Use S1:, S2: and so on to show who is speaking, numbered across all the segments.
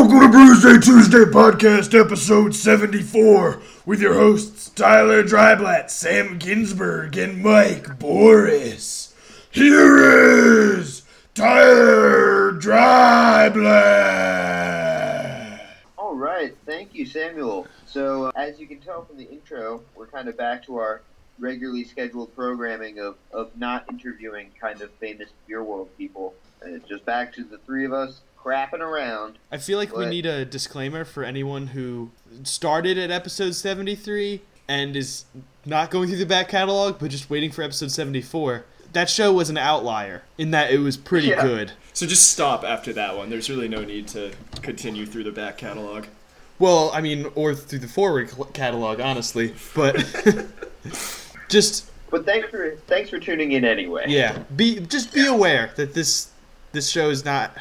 S1: Tuesday, Tuesday podcast episode 74 with your hosts Tyler Dryblatt, Sam Ginsburg, and Mike Boris. Here is Tyler Dryblatt.
S2: All right, thank you, Samuel. So, uh, as you can tell from the intro, we're kind of back to our regularly scheduled programming of, of not interviewing kind of famous beer world people. Uh, just back to the three of us crapping around.
S3: I feel like we
S2: What?
S3: need a disclaimer for anyone who started at episode 73 and is not going through the back catalog but just waiting for episode 74. That show was an outlier in that it was pretty
S2: Yeah.
S3: good.
S4: So just stop after that one. There's really no need to continue through the back catalog.
S3: Well, I mean, or through the forward cl- catalog, honestly. But just
S2: But thanks for thanks for tuning in anyway.
S3: yeah, be just be aware that this this show is not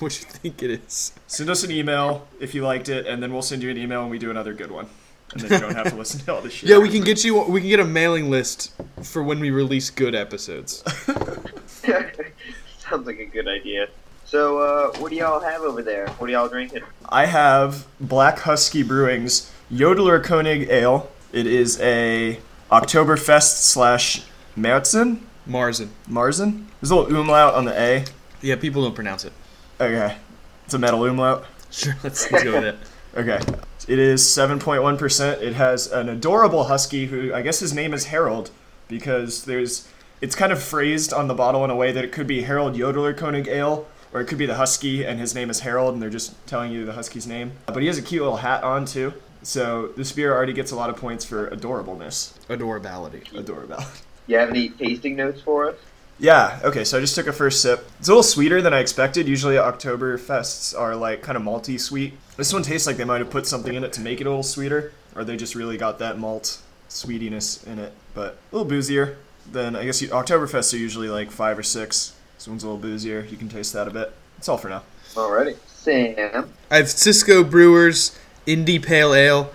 S3: what you think it is.
S4: Send us an email if you liked it, and then we'll send you an email and we do another good one. And then you don't have to listen to all this shit.
S3: Yeah, we can get you. We can get a mailing list for when we release good episodes.
S2: Sounds like a good idea. So, uh, what do y'all have over there? What are y'all drinking?
S4: I have Black Husky Brewing's Yodeler Koenig Ale. It is a Oktoberfest slash Märzen.
S3: Marzen.
S4: Marzen? There's a little umlaut on the A.
S3: Yeah, people don't pronounce it.
S4: Okay. It's a metal umlaut.
S3: Sure, let's, let's go with it.
S4: Okay. It is 7.1%. It has an adorable husky who I guess his name is Harold because there's it's kind of phrased on the bottle in a way that it could be Harold Yodeler Koenig Ale or it could be the husky and his name is Harold and they're just telling you the husky's name. Uh, But he has a cute little hat on too. So this beer already gets a lot of points for adorableness.
S3: Adorability.
S4: Adorable.
S2: You have any tasting notes for us?
S4: Yeah, okay, so I just took a first sip. It's a little sweeter than I expected. Usually October fests are like kind of malty sweet. This one tastes like they might have put something in it to make it a little sweeter, or they just really got that malt sweetiness in it, but a little boozier than I guess you, Oktoberfests are usually like five or six. This one's a little boozier. You can taste that a bit. That's all for now.
S2: Alrighty. Sam.
S3: I have Cisco Brewers Indie Pale Ale,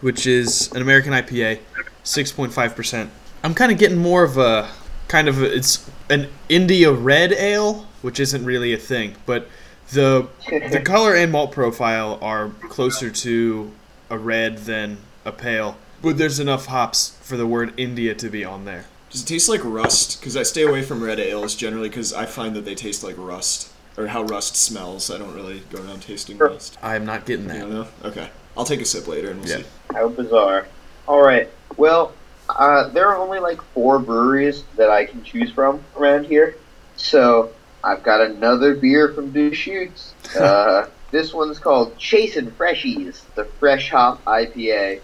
S3: which is an American IPA, 6.5%. I'm kind of getting more of a kind of a- it's an India Red Ale, which isn't really a thing, but the the color and malt profile are closer to a red than a pale. But there's enough hops for the word India to be on there.
S4: Does it taste like rust? Because I stay away from red ales generally because I find that they taste like rust, or how rust smells. I don't really go around tasting rust.
S3: I'm not getting that.
S4: know? Okay. I'll take a sip later and we'll
S3: Yeah. see.
S2: How bizarre. All right. Well, uh, there are only like four breweries that I can choose from around here. So I've got another beer from Deschutes. Uh, this one's called Chasin' Freshies, the Fresh Hop IPA,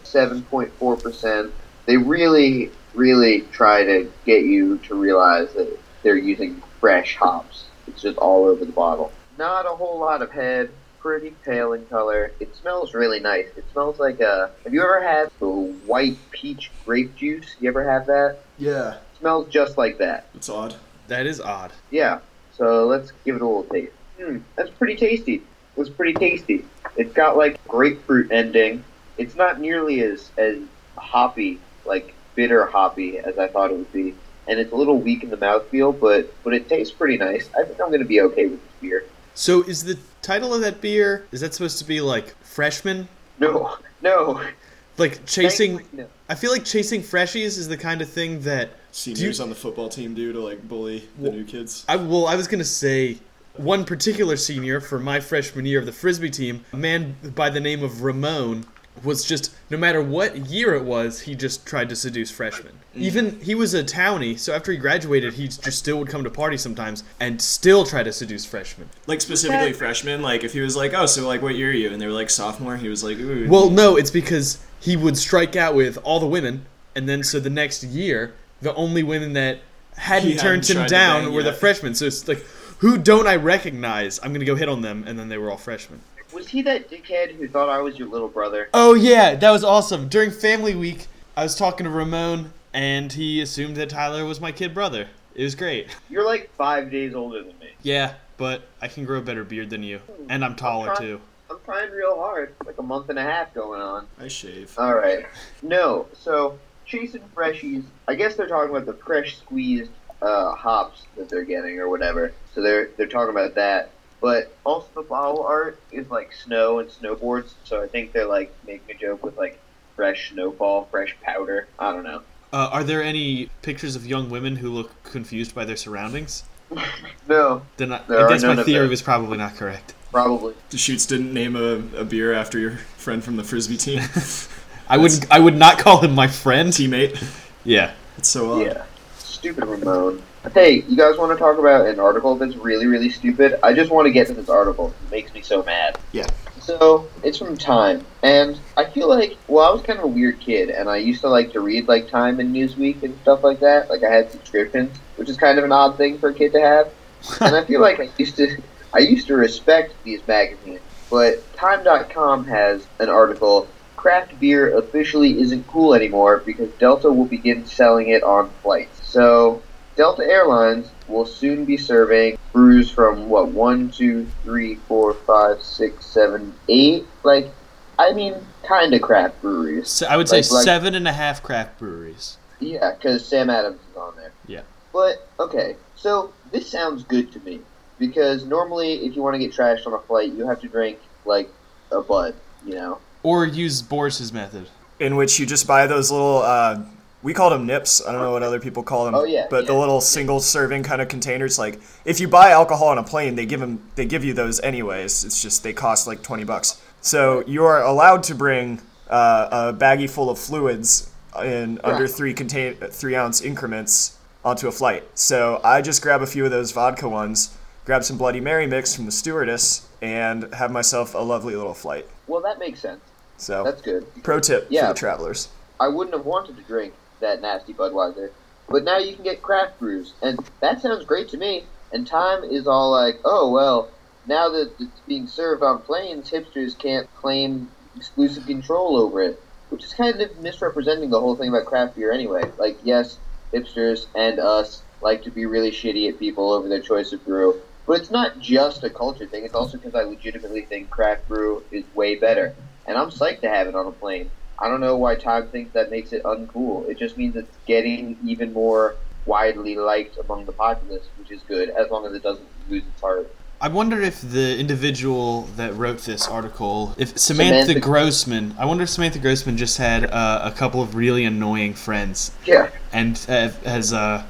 S2: 7.4%. They really, really try to get you to realize that they're using fresh hops. It's just all over the bottle. Not a whole lot of head, pretty pale in color. It smells really nice. It smells like a. Have you ever had the white peach grape juice? You ever have that?
S4: Yeah.
S2: It smells just like that.
S4: It's odd.
S3: That is odd.
S2: Yeah. So let's give it a little taste. Hmm, that's pretty tasty. It's pretty tasty. It's got like grapefruit ending. It's not nearly as as hoppy, like bitter hoppy, as I thought it would be. And it's a little weak in the mouthfeel, but but it tastes pretty nice. I think I'm gonna be okay with this beer.
S3: So is the title of that beer is that supposed to be like freshman?
S2: No, no.
S3: Like chasing
S2: Thankfully, no.
S3: I feel like chasing freshies is the kind of thing that
S4: seniors
S3: Do
S4: on the football team do to like bully the
S3: Well-
S4: new kids.
S3: I well I was gonna say one particular senior for my freshman year of the frisbee team, a man by the name of Ramon, was just no matter what year it was, he just tried to seduce freshmen. Even he was a townie, so after he graduated, he just still would come to parties sometimes and still try to seduce freshmen.
S4: Like specifically freshmen, like if he was like, "Oh, so like what year are you?" and they were like sophomore, he was like, "Ooh."
S3: Well, no, it's because he would strike out with all the women, and then so the next year, the only women that hadn't
S4: He hadn't
S3: turned him
S4: tried to
S3: down
S4: bang
S3: were the
S4: yet.
S3: freshmen. So it's like, who don't I recognize? I'm gonna go hit on them, and then they were all freshmen.
S2: Was he that dickhead who thought I was your little brother?
S3: Oh yeah, that was awesome. During family week, I was talking to Ramon, and he assumed that Tyler was my kid brother. It was great.
S2: You're like five days older than me.
S3: Yeah, but I can grow a better beard than you, and I'm taller too.
S2: I'm trying real hard. Like a month and a half going on.
S4: I shave.
S2: All right. No, so chasing freshies. I guess they're talking about the fresh squeezed uh, hops that they're getting or whatever. So they're they're talking about that. But also the bottle art is like snow and snowboards, so I think they're like making a joke with like fresh snowfall, fresh powder. I don't know.
S3: Uh, are there any pictures of young women who look confused by their surroundings?
S2: No,
S3: Then I,
S2: There
S3: I
S2: are
S3: guess
S2: none
S3: my
S2: of
S3: theory
S2: them.
S3: was probably not correct.
S2: probably.
S4: Deschutes didn't name a, a beer after your friend from the frisbee team
S3: I would I would not call him my friend.
S4: teammate.
S3: Yeah.
S4: It's so odd.
S2: Yeah. Stupid Ramon. Hey, you guys want to talk about an article that's really, really stupid? I just want to get to this article. It makes me so mad.
S4: Yeah.
S2: So, it's from Time. And I feel like, well, I was kind of a weird kid, and I used to like to read, like, Time and Newsweek and stuff like that. Like, I had subscriptions, which is kind of an odd thing for a kid to have. and I feel like I used to, I used to respect these magazines. But Time.com has an article craft beer officially isn't cool anymore because Delta will begin selling it on flights. So, Delta Airlines will soon be serving brews from what one, two, three, four, five, six, seven, eight. Like, I mean, kind of craft breweries.
S3: So I would say
S2: Like- like-
S3: seven and a half craft breweries.
S2: Yeah, because Sam Adams is on there.
S3: Yeah.
S2: But okay, so this sounds good to me because normally, if you want to get trashed on a flight, you have to drink like a bud, you know.
S3: Or use Boris's method.
S4: In which you just buy those little, uh, we called them nips. I don't know what other people call them.
S2: Oh, yeah,
S4: But the
S2: yeah.
S4: little single serving kind of containers. Like if you buy alcohol on a plane, they give them, they give you those anyways. It's just they cost like twenty bucks. So you are allowed to bring uh, a baggie full of fluids in under three contain three ounce increments onto a flight. So I just grab a few of those vodka ones, grab some Bloody Mary mix from the stewardess, and have myself a lovely little flight.
S2: Well, that makes sense.
S4: So
S2: That's good.
S4: pro tip
S2: Yeah.
S4: for the travelers.
S2: I wouldn't have wanted to drink that nasty Budweiser. But now you can get craft brews, and that sounds great to me. And time is all like, oh well, now that it's being served on planes, hipsters can't claim exclusive control over it, which is kind of misrepresenting the whole thing about craft beer anyway. Like, yes, hipsters and us like to be really shitty at people over their choice of brew, but it's not just a culture thing. It's also because I legitimately think craft brew is way better, and I'm psyched to have it on a plane. I don't know why Time thinks that makes it uncool. It just means it's getting even more widely liked among the populace, which is good as long as it doesn't lose its heart.
S3: I wonder if the individual that wrote this article, if Samantha,
S2: Samantha-
S3: Grossman, I wonder if Samantha Grossman just had uh, a couple of really annoying friends
S2: Yeah.
S3: and uh, has uh,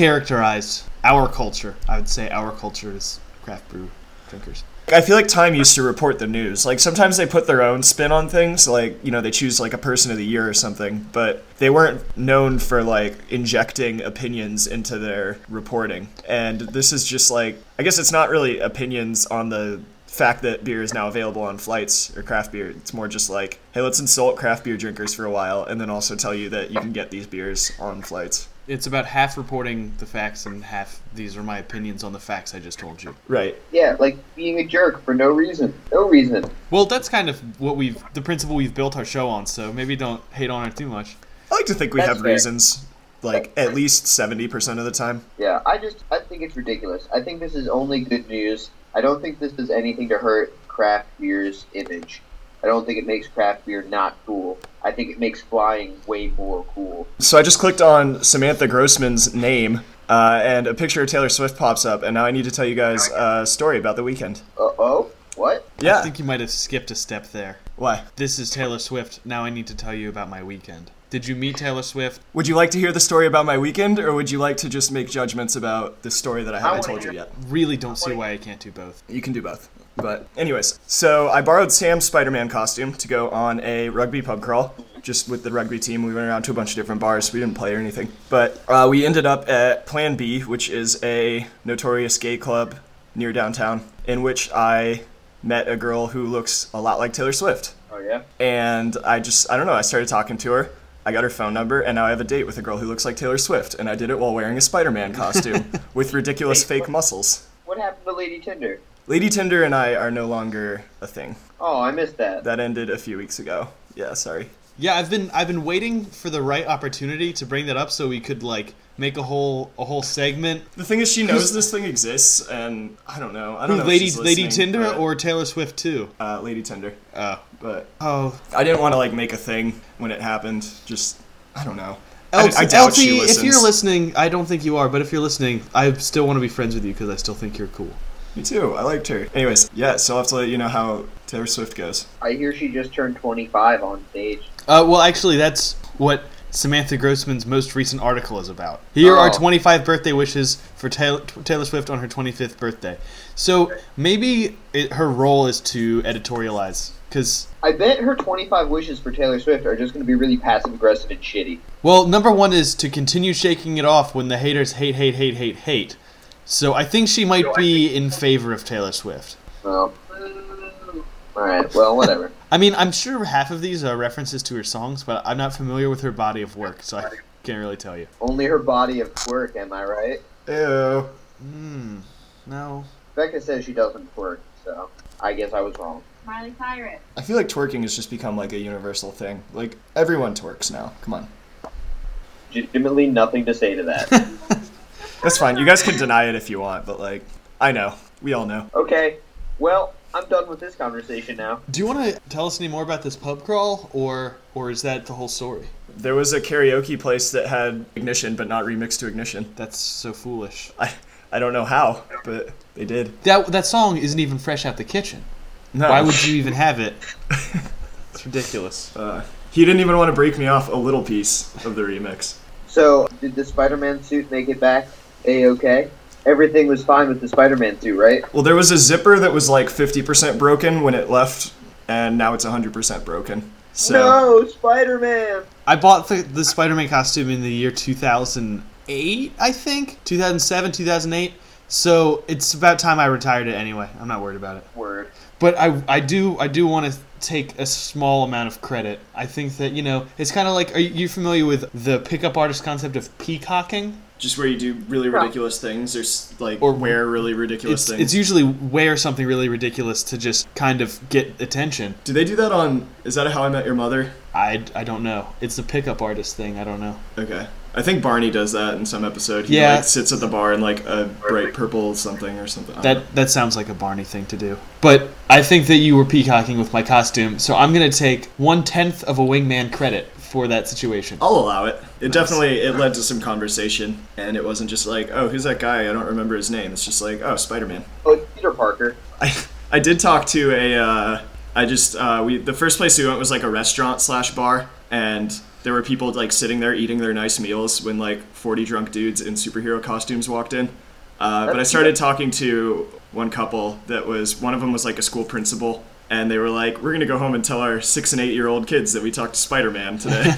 S3: mischaracterized our culture. I would say our culture is craft brew drinkers.
S4: I feel like Time used to report the news. Like sometimes they put their own spin on things, like you know they choose like a person of the year or something, but they weren't known for like injecting opinions into their reporting. And this is just like I guess it's not really opinions on the fact that beer is now available on flights or craft beer. It's more just like, hey, let's insult craft beer drinkers for a while and then also tell you that you can get these beers on flights.
S3: It's about half reporting the facts and half these are my opinions on the facts I just told you.
S4: Right.
S2: Yeah, like being a jerk for no reason. No reason.
S3: Well, that's kind of what we've the principle we've built our show on. So maybe don't hate on it too much.
S4: I like to think we
S2: That's
S4: have
S2: fair.
S4: reasons like at least 70% of the time.
S2: Yeah, I just I think it's ridiculous. I think this is only good news. I don't think this does anything to hurt craft beer's image. I don't think it makes craft beer not cool. I think it makes flying way more cool.
S4: So I just clicked on Samantha Grossman's name, uh, and a picture of Taylor Swift pops up, and now I need to tell you guys a story about the weekend.
S2: Uh oh, what?
S3: I
S4: Yeah.
S3: think you might have skipped a step there.
S4: Why?
S3: This is Taylor Swift. Now I need to tell you about my weekend. Did you meet Taylor Swift?
S4: Would you like to hear the story about my weekend, or would you like to just make judgments about the story that I haven't
S2: wanna
S4: told you
S2: hear-
S4: yet?
S3: Really don't see why I can't do both.
S4: You can do both. But anyways, so I borrowed Sam's Spider-Man costume to go on a rugby pub crawl. Just with the rugby team, we went around to a bunch of different bars. We didn't play or anything, but uh, we ended up at Plan B, which is a notorious gay club near downtown, in which I met a girl who looks a lot like Taylor Swift.
S2: Oh yeah.
S4: And I just, I don't know, I started talking to her. I got her phone number, and now I have a date with a girl who looks like Taylor Swift, and I did it while wearing a Spider-Man costume with ridiculous fake muscles.
S2: What happened to Lady Tinder?
S4: Lady Tinder and I are no longer a thing.
S2: Oh, I missed that.
S4: That ended a few weeks ago. Yeah, sorry.
S3: Yeah, I've been I've been waiting for the right opportunity to bring that up so we could like make a whole a whole segment.
S4: The thing is, she knows this thing exists, and I don't know. I don't know. if
S3: Lady
S4: she's
S3: Lady
S4: listening,
S3: Tinder
S4: but,
S3: or Taylor Swift too.
S4: uh, Lady Tinder.
S3: Oh.
S4: But
S3: Oh,
S4: I didn't want to like make a thing when it happened. Just I don't know. I-
S3: LT,
S4: I, doubt
S3: LT,
S4: she
S3: if
S4: listens.
S3: you're listening, I don't think you are, but if you're listening, I still want to be friends with you because I still think you're cool.
S4: Me too. I liked her. Anyways, yeah, so I'll have to let you know how Taylor Swift goes.
S2: I hear she just turned 25 on stage.
S3: Uh, well, actually, that's what Samantha Grossman's most recent article is about. Here are
S2: Oh.
S3: 25 birthday wishes for Taylor, Taylor Swift on her 25th birthday. So maybe it, her role is to editorialize. Because,
S2: I bet her 25 wishes for Taylor Swift are just going to be really passive aggressive and shitty.
S3: well, number one is to continue shaking it off when the haters hate, hate, hate, hate, hate. So I think she might be in favor of Taylor Swift.
S2: Oh. All right. Well, whatever.
S3: I mean, I'm sure half of these are references to her songs, but I'm not familiar with her body of work, so I can't really tell you.
S2: Only her body of twerk, am I right?
S4: Ew.
S3: Hmm. No.
S2: Becca says she doesn't twerk, so I guess I was wrong.
S5: Miley Cyrus.
S4: I feel like twerking has just become like a universal thing. Like everyone twerks now. Come on.
S2: Legitimately, nothing to say to that.
S4: That's fine. You guys can deny it if you want, but like I know. We all know.
S2: okay. Well, I'm done with this conversation now.
S3: Do you want to tell us any more about this pub crawl, or or is that the whole story?
S4: There was a karaoke place that had ignition but not remixed to ignition.
S3: That's so foolish.
S4: I I don't know how, but they did.
S3: That that song isn't even fresh out the kitchen.
S4: No.
S3: Why would you even have it? It's ridiculous.
S4: uh, he didn't even want to break me off a little piece of the remix.
S2: So, did the Spider-Man suit make it back? A okay. Everything was fine with the Spider-Man suit, right?
S4: Well, there was a zipper that was like 50% broken when it left, and now it's 100% broken. So
S2: No, Spider-Man.
S3: I bought the, the Spider-Man costume in the year 2008, I think 2007, 2008. So it's about time I retired it anyway. I'm not worried about it.
S2: Word.
S3: But I, I do I do want to take a small amount of credit. I think that you know it's kind of like are you familiar with the pickup artist concept of peacocking?
S4: just where you do really ridiculous things, there's like
S3: Or-
S4: wear really ridiculous
S3: It's, it's usually wear something really ridiculous to just kind of get attention.
S4: do they do that on? Is that How I Met Your Mother?
S3: I, I don't know. It's the pickup artist thing. I don't know.
S4: Okay, I think Barney does that in some episode. He
S3: Yeah.
S4: like sits at the bar in like a bright purple something or something. I don't know.
S3: That that sounds like a Barney thing to do. But I think that you were peacocking with my costume, so I'm gonna take one tenth of a wingman credit for that situation.
S4: I'll allow it. It definitely it led to some conversation, and it wasn't just like, oh, who's that guy? I don't remember his name. It's just like, oh, Spider Man.
S2: Oh, it's Peter Parker.
S4: I I did talk to a uh, I just uh, we the first place we went was like a restaurant slash bar and there were people like sitting there eating their nice meals when like 40 drunk dudes in superhero costumes walked in uh, but I started talking to one couple that was one of them was like a school principal and they were like we're gonna go home and tell our six and eight year old kids that we talked to Spider-Man today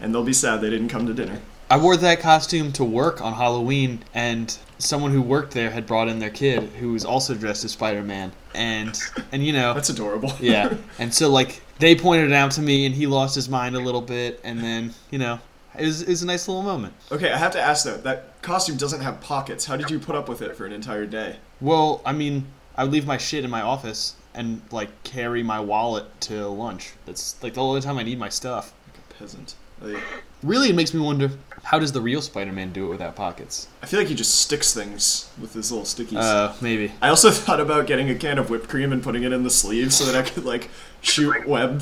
S4: and they'll be sad they didn't come to dinner
S3: I wore that costume to work on Halloween, and someone who worked there had brought in their kid who was also dressed as Spider Man, and and you know
S4: that's adorable
S3: yeah, and so like they pointed it out to me, and he lost his mind a little bit, and then you know it was, it was a nice little moment.
S4: okay I have to ask though that costume doesn't have pockets how did you put up with it for an entire day
S3: Well, I mean, I would leave my shit in my office and like carry my wallet to lunch. That's like the only time I need my stuff.
S4: peasant Like-
S3: Really, it makes me wonder how does the real Spider-Man do it without pockets?
S4: I feel like he just sticks things with his little stickies.
S3: Uh, maybe.
S4: I also thought about getting a can of whipped cream and putting it in the sleeve so that I could like shoot web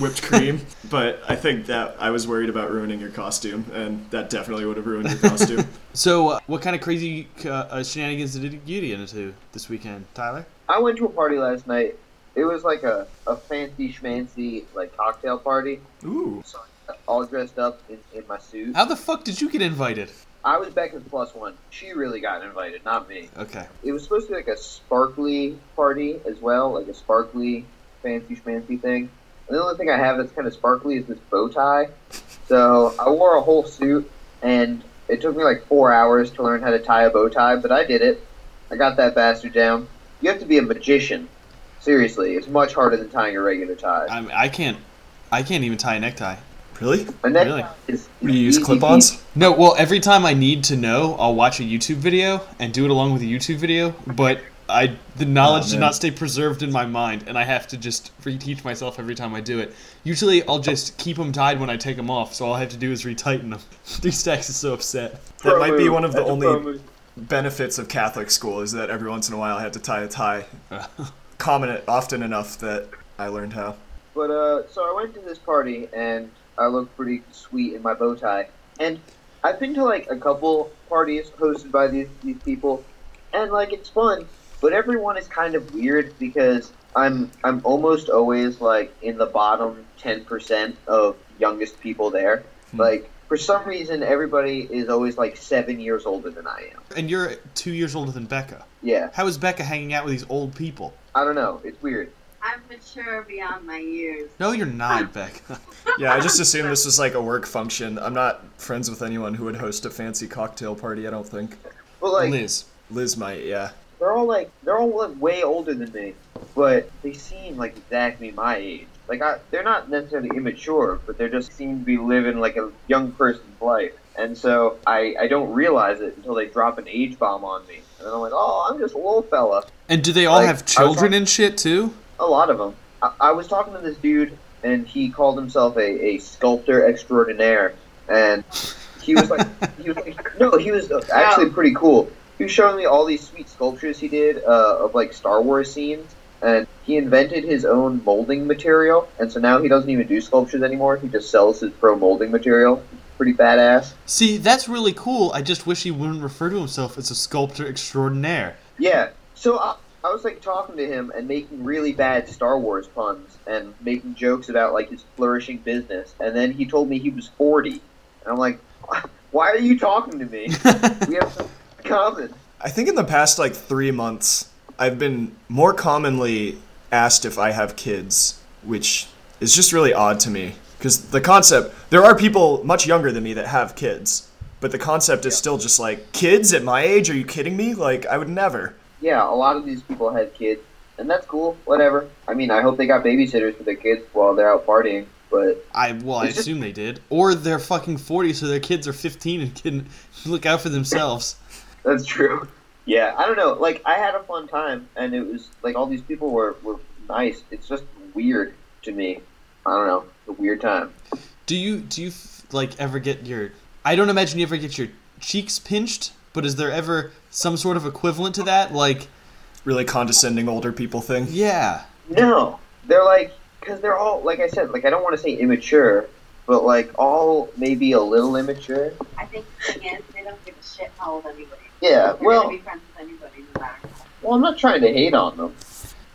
S4: whipped cream, but I think that I was worried about ruining your costume, and that definitely would have ruined your costume.
S3: So, uh, what kind of crazy uh, uh, shenanigans did you get into this weekend, Tyler?
S2: I went to a party last night. It was like a, a fancy schmancy like cocktail party.
S4: Ooh,
S2: So I got all dressed up in, in my suit.
S3: How the fuck did you get invited?
S2: I was Becca's plus one. She really got invited, not me.
S3: Okay.
S2: It was supposed to be like a sparkly party as well, like a sparkly fancy schmancy thing. And the only thing I have that's kind of sparkly is this bow tie. So I wore a whole suit, and it took me like four hours to learn how to tie a bow tie, but I did it. I got that bastard down. You have to be a magician. Seriously, it's much harder than tying a regular tie.
S3: I'm, I can't. I can't even tie a necktie.
S4: really?
S2: A necktie
S3: really?
S2: is
S4: Do you use
S2: easy peasy.
S4: clip-ons?
S3: No, well, every time I need to know, I'll watch a YouTube video and do it along with a YouTube video, but I the knowledge did
S4: man.
S3: not stay preserved in my mind, and I have to just reteach myself every time I do it. Usually, I'll just keep them tied when I take them off, so all I have to do is retighten them. D Stacks is so upset.
S4: That might be
S2: Pro
S4: one of the
S2: move. That's a pro
S4: only
S2: move.
S4: benefits of Catholic school is that every once in a while I had to tie a tie, common often enough that I learned how.
S2: But uh, so I went to this party and I looked pretty sweet in my bow tie. And I've been to like a couple parties hosted by these these people, and like it's fun. But everyone is kind of weird because I'm I'm almost always like in the bottom ten percent of youngest people there. Like for some reason, everybody is always like seven years older than I am.
S3: And you're two years older than Becca.
S2: Yeah,
S3: How is Becca hanging out with these old people?
S2: I don't know. It's weird.
S5: I'm mature beyond my years.
S3: No, you're not, Becca.
S4: Yeah, I just assumed this was like a work function. I'm not friends with anyone who would host a fancy cocktail party, I don't think.
S2: But like
S3: Liz.
S4: Liz might, yeah.
S2: they're all like they're all like way older than me, but they seem like exactly my age. Like I, they're not necessarily immature, but they just seem to be living like a young person's life. And so I, I don't realize it until they drop an age bomb on me, and then I'm like, oh, I'm just a little fella.
S3: And do they all
S2: Like, I
S3: have
S2: was
S3: children
S2: talking-
S3: and shit too?
S2: A lot of them. I, I was talking to this dude, and he called himself a, a sculptor extraordinaire, and he was like, he was like, no, he was actually pretty cool. He was showing me all these sweet sculptures he did uh, of like Star Wars scenes, and he invented his own molding material, and so now he doesn't even do sculptures anymore. He just sells his pro molding material. Pretty badass.
S3: See, that's really cool. I just wish he wouldn't refer to himself as a sculptor extraordinaire.
S2: Yeah. So I, I was like talking to him and making really bad Star Wars puns and making jokes about like his flourishing business, and then he told me he was forty, and I'm like, why are you talking to me? we have something in common.
S4: I think in the past like three months, I've been more commonly asked if I have kids, which is just really odd to me. Because the concept, there are people much younger than me that have kids, but the concept is still just like, kids at my age? Are you kidding me? Like, I would never.
S2: Yeah, a lot of these people had kids, and that's cool. Whatever. I mean, I hope they got babysitters for their kids while they're out partying, but
S3: I well, I
S2: It's just-
S3: assume they did, or they're fucking forty, so their kids are fifteen and can look out for themselves.
S2: that's true. Yeah, I don't know. Like I had a fun time, and it was like all these people were were nice. It's just weird to me. I don't know. It's a weird time.
S3: Do you do you f- like ever get your? I don't imagine you ever get your cheeks pinched, but is there ever some sort of equivalent to that? Like,
S4: Really condescending older people thing.
S3: yeah,
S2: No, they're like because they're all like I said. Like I don't want to say immature, but like all maybe a little immature.
S5: I think the thing is, they don't give a shit how old anybody. is.
S2: Yeah.
S5: They're
S2: Well,
S5: gonna be friends with anybody, no matter. what.
S2: well, I'm not trying to hate on them.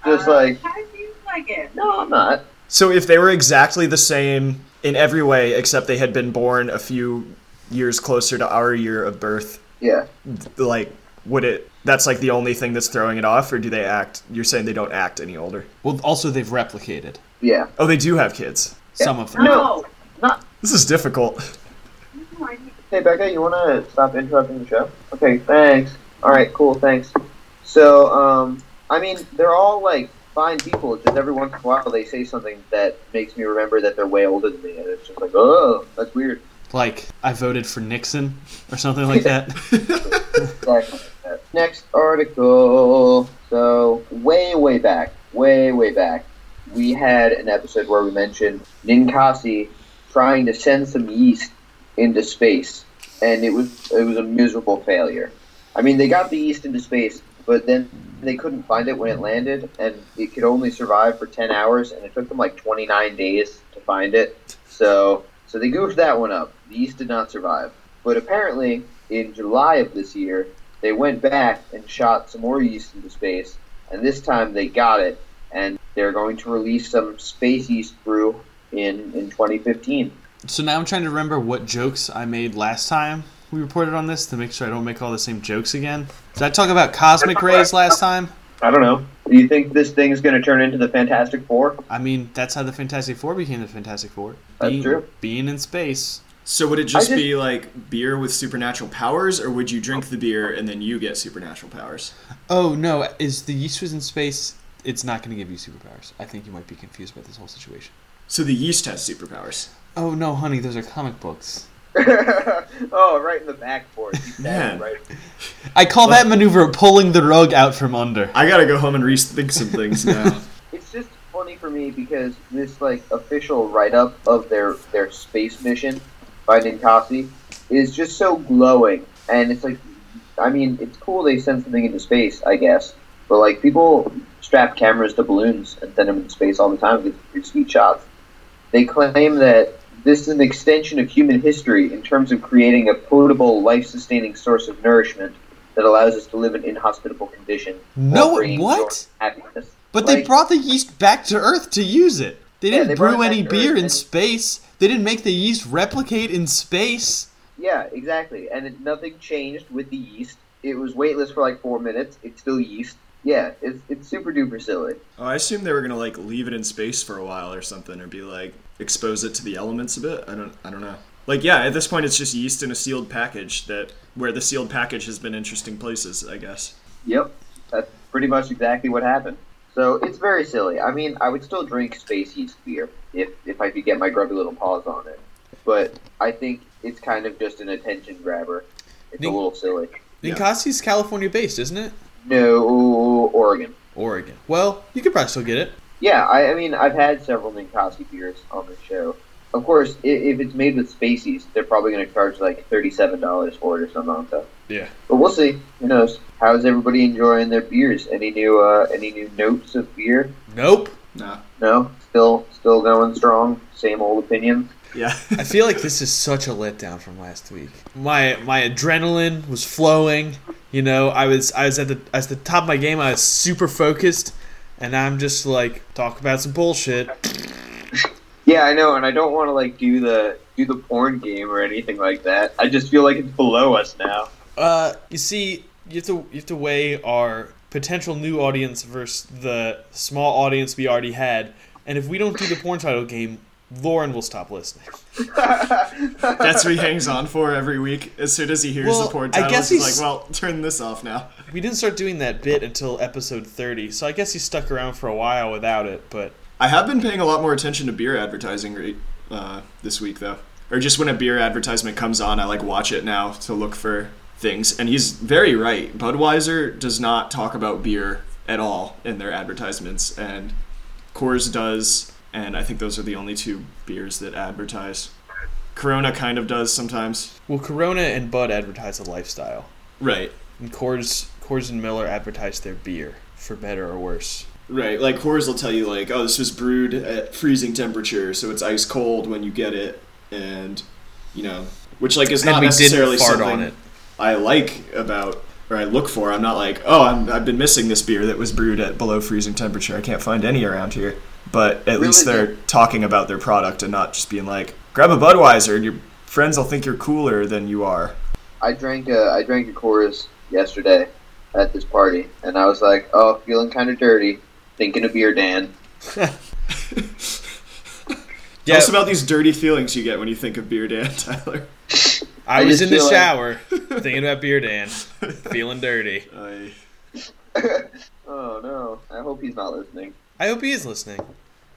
S2: Just
S5: Uh,
S2: like
S5: How do you like it?
S2: no, I'm not.
S4: So if they were exactly the same in every way, except they had been born a few years closer to our year of birth,
S2: Yeah.
S4: like would it that's like the only thing that's throwing it off or do they act you're saying they don't act any older
S3: Well, also they've replicated
S2: Yeah.
S4: oh they do have kids
S3: some of them.
S2: No. Not.
S4: this is difficult
S5: No, I think
S2: Hey Becca, you wanna stop interrupting the show? Okay. Thanks. All right. Cool. Thanks. So, um, I mean, they're all like fine people. Just every once in a while, they say something that makes me remember that they're way older than me, and it's just like, oh, that's weird.
S3: Like, I voted for Nixon or something like that.
S2: Exactly. Next article. So way, way back, way, way back, we had an episode where we mentioned Ninkasi trying to send some yeast into space, and it was it was a miserable failure. I mean, they got the yeast into space, but then they couldn't find it when it landed, and it could only survive for ten hours, and it took them like twenty nine days to find it. So, so they goofed that one up. The yeast did not survive, but apparently, in July of this year, they went back and shot some more yeast into space, and this time they got it, and they're going to release some space yeast brew in in 2015.
S3: so now I'm trying to remember what jokes I made last time we reported on this to make sure I don't make all the same jokes again. Did I talk about cosmic rays last time?
S2: I don't know. Do you think this thing's going to turn into the Fantastic Four?
S3: I mean, that's how the Fantastic Four became the Fantastic Four.
S2: That's
S3: being,
S2: true.
S3: Being in space.
S4: so would it just,
S2: just-
S4: be like beer with supernatural powers or would you drink the beer and then you get supernatural powers
S3: Oh no! Is the yeast was in space? It's not going to give you superpowers. I think you might be confused about this whole situation.
S4: so the yeast has superpowers
S3: Oh no, honey, those are comic books.
S2: oh, right in the back for it. You said it,
S4: Man.
S2: Right.
S3: I call that maneuver pulling the rug out from under.
S4: i gotta go home and rethink some things now
S2: It's just funny for me because this like official write up of their their space mission by Ninkasi is just so glowing, and it's like, I mean, it's cool they send something into space, I guess, but like people strap cameras to balloons and send them into space all the time to get pretty sweet shots. They claim that this is an extension of human history in terms of creating a potable, life-sustaining source of nourishment. that allows us to live in inhospitable conditions.
S3: No,
S2: while bringing
S3: what?
S2: joy and Happiness.
S3: But they
S2: Like,
S3: brought the yeast back to Earth to use it. They
S2: Yeah,
S3: didn't
S2: they brought
S3: brew
S2: it back
S3: any
S2: to
S3: beer
S2: Earth
S3: in
S2: and-
S3: space. They didn't make the yeast replicate in space.
S2: Yeah, exactly. And it, nothing changed with the yeast. It was weightless for like four minutes. It's still yeast. Yeah, it's it's super duper silly.
S4: Oh, I assume they were gonna like leave it in space for a while or something, or be like expose it to the elements a bit. I don't, I don't know. Like, yeah, at this point, it's just yeast in a sealed package that where the sealed package has been interesting places, I guess.
S2: Yep, that's pretty much exactly what happened. So it's very silly. I mean, I would still drink space yeast beer if if I could get my grubby little paws on it. But I think it's kind of just an attention grabber. It's
S3: Nick-
S2: a little silly.
S4: Yeah.
S3: Ninkasi's California based, isn't it?
S2: No, Oregon.
S3: Oregon. Well, you could probably still get it.
S2: Yeah, I, I mean, I've had several Ninkasi beers on the show. Of course, i- if it's made with space yeast, they're probably going to charge like thirty-seven dollars for it or some nonsense.
S3: Yeah.
S2: But we'll see. Who knows? How's everybody enjoying their beers? Any new uh, any new notes of beer?
S3: Nope.
S4: Nah.
S2: No, still still going strong. Same old opinions.
S4: Yeah.
S3: I feel like this is such a letdown from last week. My my adrenaline was flowing. You know, I was I was at the at the top of my game. I was super focused, and I'm just like talk about some bullshit.
S2: Yeah, I know, and I don't want to like do the do the porn game or anything like that. I just feel like it's below us now.
S3: Uh, you see, you have to you have to weigh our potential new audience versus the small audience we already had, and if we don't do the porn title game, Lauren will stop listening.
S4: That's what he hangs on for every week. As soon as he hears
S3: Well,
S4: the
S3: I
S4: porn title,
S3: guess
S4: he's,
S3: he's-
S4: like, "Well, turn this off now."
S3: We didn't start doing that bit until episode thirty, so I guess he stuck around for a while without it. But
S4: I have been paying a lot more attention to beer advertising re- uh, this week, though. Or just when a beer advertisement comes on, I like watch it now to look for things. And he's very right. Budweiser does not talk about beer at all in their advertisements, and Coors does. And I think those are the only two beers that advertise. Corona kind of does sometimes.
S3: well, Corona and Bud advertise a lifestyle,
S4: Right.
S3: and Coors Coors and Miller advertise their beer for better or worse.
S4: Right, like Coors will tell you, like, oh, this was brewed at freezing temperature, so it's ice cold when you get it, and you know, which like is
S3: And
S4: not
S3: we didn't
S4: necessarily
S3: fart
S4: something
S3: on it.
S4: I like about or I look for. I'm not like, oh, I'm, I've been missing this beer that was brewed at below freezing temperature. I can't find any around here. But at least
S2: Really?
S4: they're talking about their product and not just being like, grab a Budweiser and your friends will think you're cooler than you are.
S2: I drank a I drank a chorus yesterday at this party, and I was like, oh, feeling kind of dirty, thinking of beer, Dan.
S4: Tell
S3: Yeah,
S4: us about these dirty feelings you get when you think of beer, Dan Tyler.
S3: I,
S2: I
S3: was
S2: just
S3: in the
S2: feel like-
S3: shower thinking about beer, Dan, feeling dirty.
S4: I-
S2: Oh no! I hope he's not listening.
S3: I hope he is listening.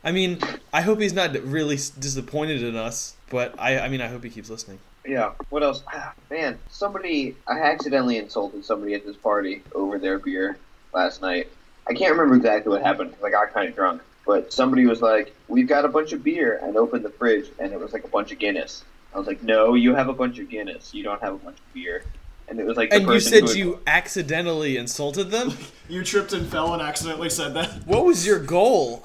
S3: I mean, I hope he's not really s- disappointed in us, but I, I mean, I hope he keeps listening.
S2: Yeah. What else? Ah, man, somebody I accidentally insulted somebody at this party over their beer last night. I can't remember exactly what happened 'cause I got kind of drunk. But somebody was like, "We've got a bunch of beer," and opened the fridge, and it was like a bunch of Guinness. I was like, "No, you have a bunch of Guinness. You don't have a bunch of beer." And it was like the
S3: And you
S2: person
S3: said
S2: who-
S3: you accidentally insulted them.
S4: You tripped and fell and accidentally said that.
S3: What was your goal?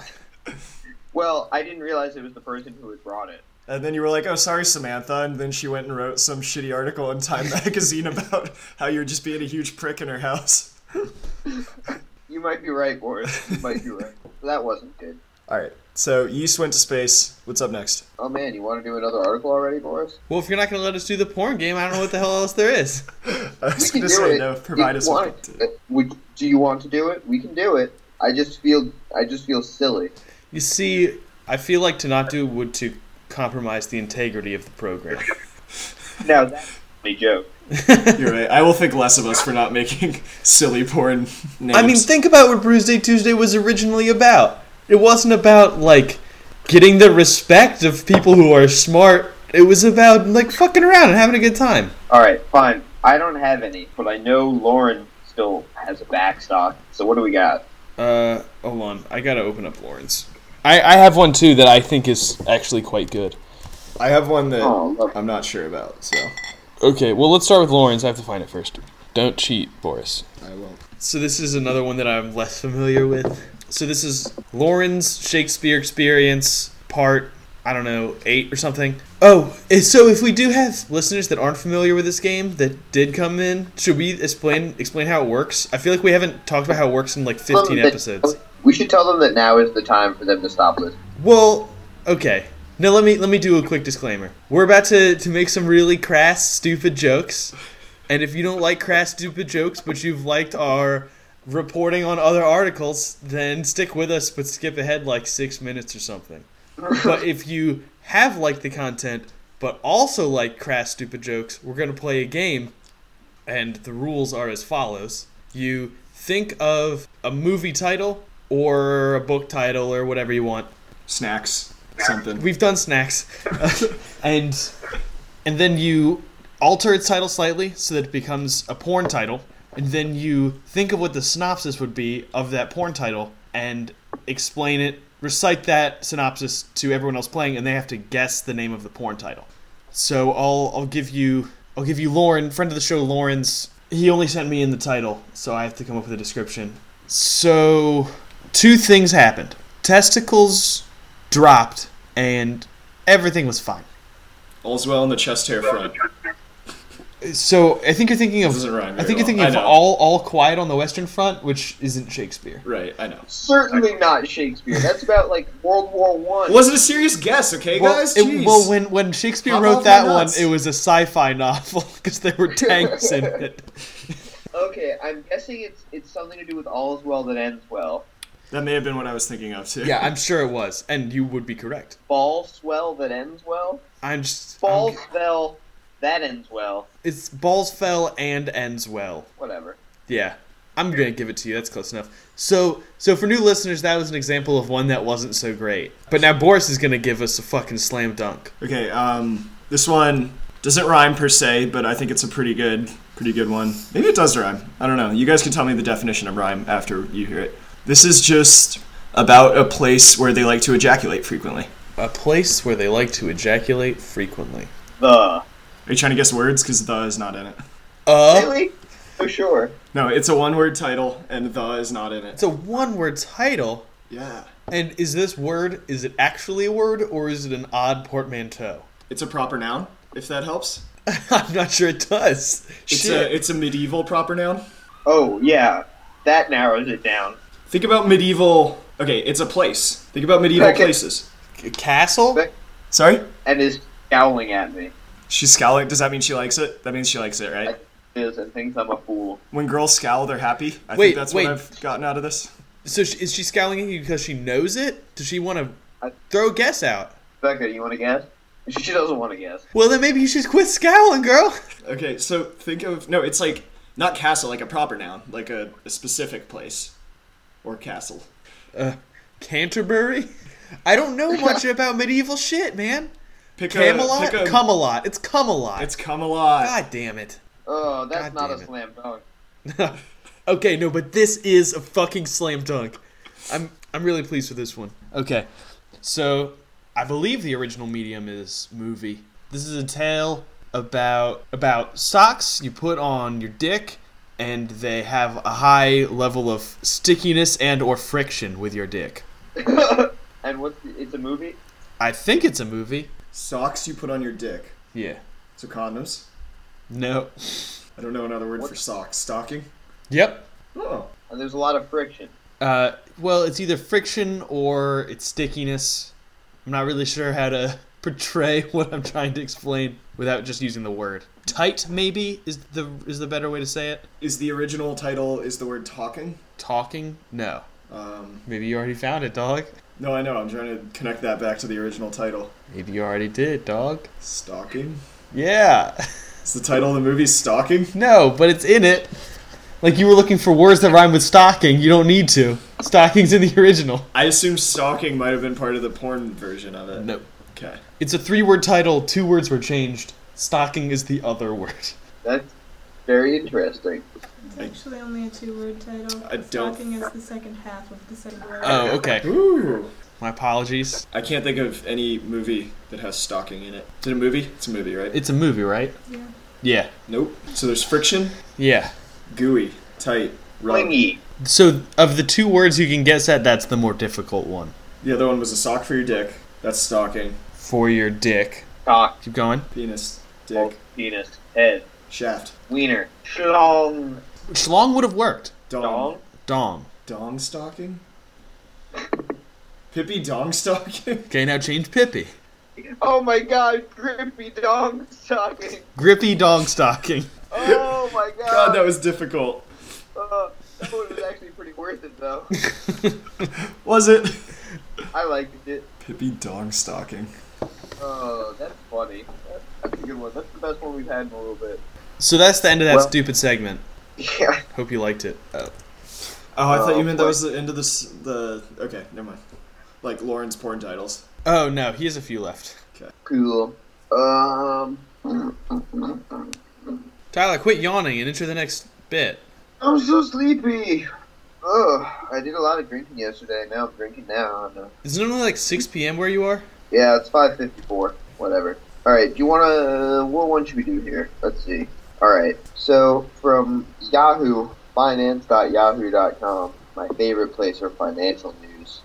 S2: Well, I didn't realize it was the person who had brought it.
S4: And then you were like, oh, sorry, Samantha. And then she went and wrote some shitty article in Time magazine about how you're just being a huge prick in her house.
S2: You might be right, Boris. You might be right. That wasn't good.
S4: All right. So, Yeast went to space. What's up next?
S2: Oh man, you want to do another article already, Boris?
S3: Well, if you're not going to let us do the porn game, I don't know what the hell else there is.
S4: I was
S2: We
S4: going to
S2: can do
S4: say,
S2: it.
S4: no,
S2: If
S4: provide
S2: you
S4: us
S2: want
S4: with.
S2: it. Would, do you want to do it? We can do it. I just feel I just feel silly.
S3: You see, I feel like to not do would to compromise the integrity of the program.
S2: Now that's a joke.
S4: You're right. I will think less of us for not making silly porn names.
S3: I mean, think about what Bruise Day Tuesday was originally about. It wasn't about like getting the respect of people who are smart. It was about like fucking around and having a good time.
S2: All right, fine. I don't have any, but I know Lauren still has a backstock. So what do we got?
S3: Uh, hold on. I gotta open up Lauren's. I, I have one too that I think is actually quite good.
S4: I have one that
S2: Oh, love-
S4: I'm not sure about, so
S3: Okay, well, let's start with Lauren's. I have to find it first. Don't cheat, Boris.
S4: I won't.
S3: So, this is another one that I'm less familiar with. So, this is Lauren's Shakespeare Experience, part I don't know, eight or something. Oh, eh, so if we do have listeners that aren't familiar with this game that did come in, should we explain explain how it works? I feel like we haven't talked about how it works in like
S2: Tell them
S3: fifteen
S2: that-
S3: episodes.
S2: We should tell them that now is the time for them to stop listening.
S3: Well, okay. Now let me let me do a quick disclaimer. We're about to, to make some really crass, stupid jokes. And if you don't like crass, stupid jokes, but you've liked our reporting on other articles, then stick with us, but skip ahead like six minutes or something. But if you have liked the content, but also like crass, stupid jokes, we're gonna play a game and the rules are as follows you think of a movie title or a book title or whatever you want
S4: Snacks. Something.
S3: we've done snacks and and then you alter its title slightly so that it becomes a porn title and then you think of what the synopsis would be of that porn title and explain it recite that synopsis to everyone else playing and they have to guess the name of the porn title so I'll I'll give you I'll give you Lauren, friend of the show Lauren's. He only sent me in the title, so I have to come up with a description. So two things happened. Testicles dropped and everything was fine.
S4: All's well in the chest hair front.
S3: So I think you're thinking of
S4: Doesn't rhyme
S3: I
S4: very
S3: think you're
S4: well.
S3: thinking
S4: I
S3: of
S4: know.
S3: all all quiet on the western front, which isn't Shakespeare.
S4: Right, I know.
S2: Certainly not Shakespeare. That's about like World War One.
S4: Was it a serious guess, okay,
S3: Well,
S4: guys?
S3: it-
S4: Jeez.
S3: well, when when Shakespeare
S4: Hop
S3: wrote
S4: off my
S3: that one,
S4: nuts.
S3: it was a sci-fi novel because there were tanks in it.
S2: Okay, I'm guessing it's it's something to do with all's well that ends well.
S4: that may have been what I was thinking of too.
S3: Yeah, I'm sure it was, and you would be correct.
S2: Ball swell that ends well.
S3: I'm just I'm-
S2: Ball swell that ends well.
S3: It's balls fell and ends well.
S2: Whatever.
S3: Yeah, I'm gonna give it to you. That's close enough. So, so for new listeners, that was an example of one that wasn't so great. But now Boris is gonna give us a fucking slam dunk.
S4: Okay, um, this one doesn't rhyme per se, but I think it's a pretty good, pretty good one. Maybe it does rhyme. I don't know. You guys can tell me the definition of rhyme after you hear it. This is just about a place where they like to ejaculate frequently.
S3: A place where they like to ejaculate frequently.
S2: The
S4: Are you trying to guess words? Because the is not in it.
S3: Uh,
S2: really for sure.
S4: No, it's a one-word title, and the is not in it.
S3: it's a one-word title.
S4: yeah,
S3: And is this word? Is it actually a word, or is it an odd portmanteau?
S4: it's a proper noun. If that helps.
S3: I'm not sure it does.
S4: It's
S3: Shit.
S4: a it's a medieval proper noun.
S2: Oh yeah, that narrows it down.
S4: Think about medieval. Okay, it's a place. Think about medieval
S2: Okay.
S4: places.
S3: A castle.
S2: But-
S4: Sorry.
S2: And is scowling at me.
S4: She's scowling. Does that mean she likes it? That means she likes it, right?
S2: Is and thinks I'm a fool.
S4: When girls scowl, they're happy. I
S3: Wait,
S4: think that's
S3: wait.
S4: what I've gotten out of this.
S3: So sh- is she scowling at you because she knows it? Does she want to
S2: I-
S3: throw a guess out?
S2: Becca, you want to guess? She doesn't want to guess.
S3: Well, then maybe you should quit scowling, girl.
S4: Okay, so think of no. It's like not castle, like a proper noun, like a, a specific place or castle.
S3: Canterbury? I don't know much about medieval shit, man.
S4: Pick
S3: Camelot?
S4: pick
S3: Camelot. It's Camelot.
S4: It's Camelot.
S3: God damn it.
S2: Oh, that's
S3: God
S2: not a
S3: damn it.
S2: slam dunk.
S3: okay, no, but this is a fucking slam dunk. I'm I'm really pleased with this one. Okay. So, I believe the original medium is movie. This is a tale about about socks you put on your dick and they have a high level of stickiness and or friction with your dick.
S2: And what's the, it's a movie?
S3: I think it's a movie.
S4: Socks you put on your dick.
S3: Yeah.
S4: So condoms.
S3: No.
S4: I don't know another word for socks. Stocking.
S3: Yep.
S4: Oh,
S2: And there's a lot of friction.
S3: Uh, well, it's either friction or it's stickiness. I'm not really sure how to portray what I'm trying to explain without just using the word. Tight maybe is the is the better way to say it.
S4: is the original title is the word talking?
S3: Talking? No.
S4: Um,
S3: Maybe you already found it, dog.
S4: no, I know. I'm trying to connect that back to the original title.
S3: Maybe you already did, dog.
S4: Stalking.
S3: Yeah.
S4: Is the title of the movie Stalking?
S3: No, but it's in it. Like you were looking for words that rhyme with stocking. You don't need to. Stocking's in the original.
S4: I assume stalking might have been part of the porn version of it.
S3: No.
S4: Okay.
S3: It's a three-word title. Two words were changed. Stocking is the other word.
S2: That's very interesting.
S6: It's actually only a two-word title.
S4: I don't-
S6: Stalking is the second half of the second word.
S3: Oh, okay.
S4: Ooh.
S3: My apologies.
S4: I can't think of any movie that has stalking in it. Is it a movie? It's a movie, right?
S3: It's a movie, right?
S6: Yeah.
S3: Yeah.
S4: nope. So there's friction,
S3: Yeah.
S4: gooey, tight, rub.
S2: Clingy.
S3: So of the two words you can guess at, that's the more difficult one.
S4: The other one was a sock for your dick. That's stalking.
S3: for your dick.
S2: cock,
S3: Keep going.
S4: Penis.
S2: dick,
S4: Dick.
S2: penis, head,
S4: Shaft.
S2: wiener, schlong,
S3: Schlong would have worked.
S4: Dong.
S2: dong,
S3: Dong.
S4: Dong stalking? Pippi dong stalking?
S3: Okay, now change Pippi.
S2: Oh my god, grippy dong sucking.
S3: Grippy dong stocking.
S2: Oh my
S4: God,
S2: god.
S4: that was difficult.
S2: Uh, that one was actually pretty worth it though.
S4: Was it?
S2: I liked it.
S4: Pippi dong stalking.
S2: Oh, that's funny. That's a good one. That's the best one we've had in a little bit.
S3: So that's the end of that
S2: Well-
S3: stupid segment.
S2: Yeah.
S3: Hope you liked it. Uh,
S4: Oh, I thought
S2: Oh,
S4: you meant that
S2: boy.
S4: was the end of this. The okay, never mind. Like Lauren's porn titles.
S3: oh no, he has a few left.
S2: Cool. Um,
S3: Tyler, quit yawning and enter the next bit.
S2: I'm oh, so sleepy. Oh, I did a lot of drinking yesterday. Now I'm drinking now. I know.
S3: Is it only like 6 p.m. where you are?
S2: Yeah, it's 5:54. Whatever. All right. Do you want to? What one should we do here? Let's see. All right. So from Yahoo Finance.yahoo.com, my favorite place for financial news,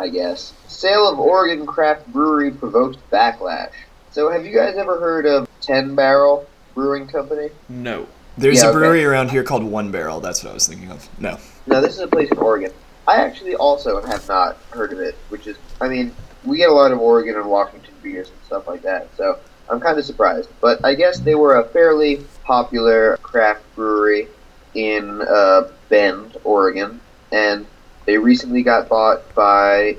S2: I guess. Sale of Oregon craft brewery provokes backlash. So have you guys ever heard of Ten Barrel Brewing Company?
S3: No.
S4: There's
S2: Yeah,
S4: a
S2: okay.
S4: brewery around here called One Barrel. That's what I was thinking of. No.
S2: No, this is a place in Oregon. I actually also have not heard of it, which is, I mean, we get a lot of Oregon and Washington beers and stuff like that, so I'm kind of surprised. But I guess they were a fairly popular craft brewery in uh, Bend, Oregon, and they recently got bought by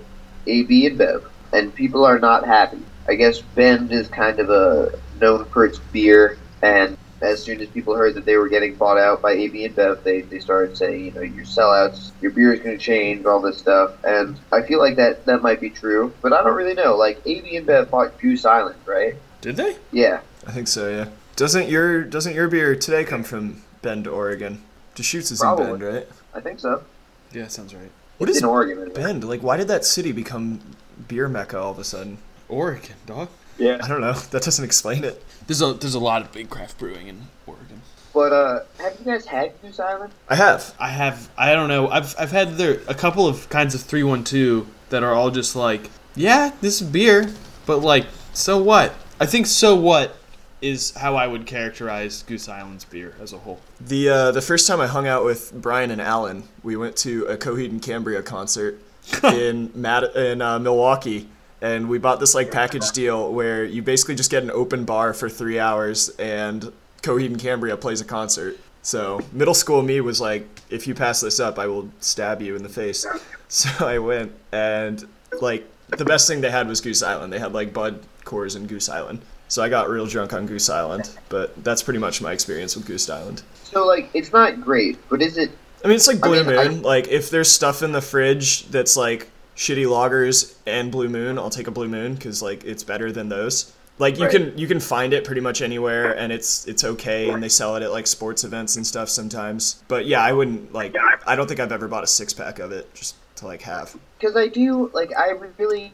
S2: AB InBev, and people are not happy. I guess Bend is kind of a known for its beer, and as soon as people heard that they were getting bought out by AB InBev, they, they started saying, you know, your sellouts, your beer is going to change, all this stuff. And I feel like that, that might be true, but I don't really know. Like, AB InBev bought Goose Island, right?
S3: Did they?
S2: Yeah.
S4: I think so. Yeah. Doesn't your Doesn't your beer today come from Bend, Oregon? Deschutes is
S2: Probably.
S4: in Bend, right?
S2: I think so.
S3: Yeah, that sounds right.
S4: What
S2: It's
S4: is
S2: in Oregon. Anyway.
S4: Bend? Like, why did that city become beer mecca all of a sudden?
S3: Oregon, dog.
S2: Yeah.
S4: I don't know. That doesn't explain it.
S3: There's a there's a lot of big craft brewing in Oregon.
S2: But uh, have you guys had Goose Island?
S4: I have.
S3: I have I don't know. I've I've had there a couple of kinds of 312 that are all just like, yeah, this is beer, but like, so what? I think so what is how I would characterize Goose Island's beer as a whole.
S4: The uh, the first time I hung out with Brian and Alan, we went to a Coheed and Cambria concert in Mad- in uh, Milwaukee, and we bought this like package deal where you basically just get an open bar for three hours, and Coheed and Cambria plays a concert. So middle school me was like, if you pass this up, I will stab you in the face. So I went, and like the best thing they had was Goose Island. They had like Bud Coors and Goose Island. So I got real drunk on Goose Island, but that's pretty much my experience with Goose Island.
S2: So, like, it's not great, but is it
S4: I mean, it's like
S2: I
S4: Blue
S2: mean, I-
S4: Moon. like, if there's stuff in the fridge that's like shitty lagers and Blue Moon, I'll take a Blue Moon because like it's better than those. Like you
S2: Right.
S4: can you can find it pretty much anywhere, and it's it's okay, and they sell it at like sports events and stuff sometimes. But yeah, I wouldn't like. I don't think I've ever bought a six pack of it just to like have.
S2: because I do like I really,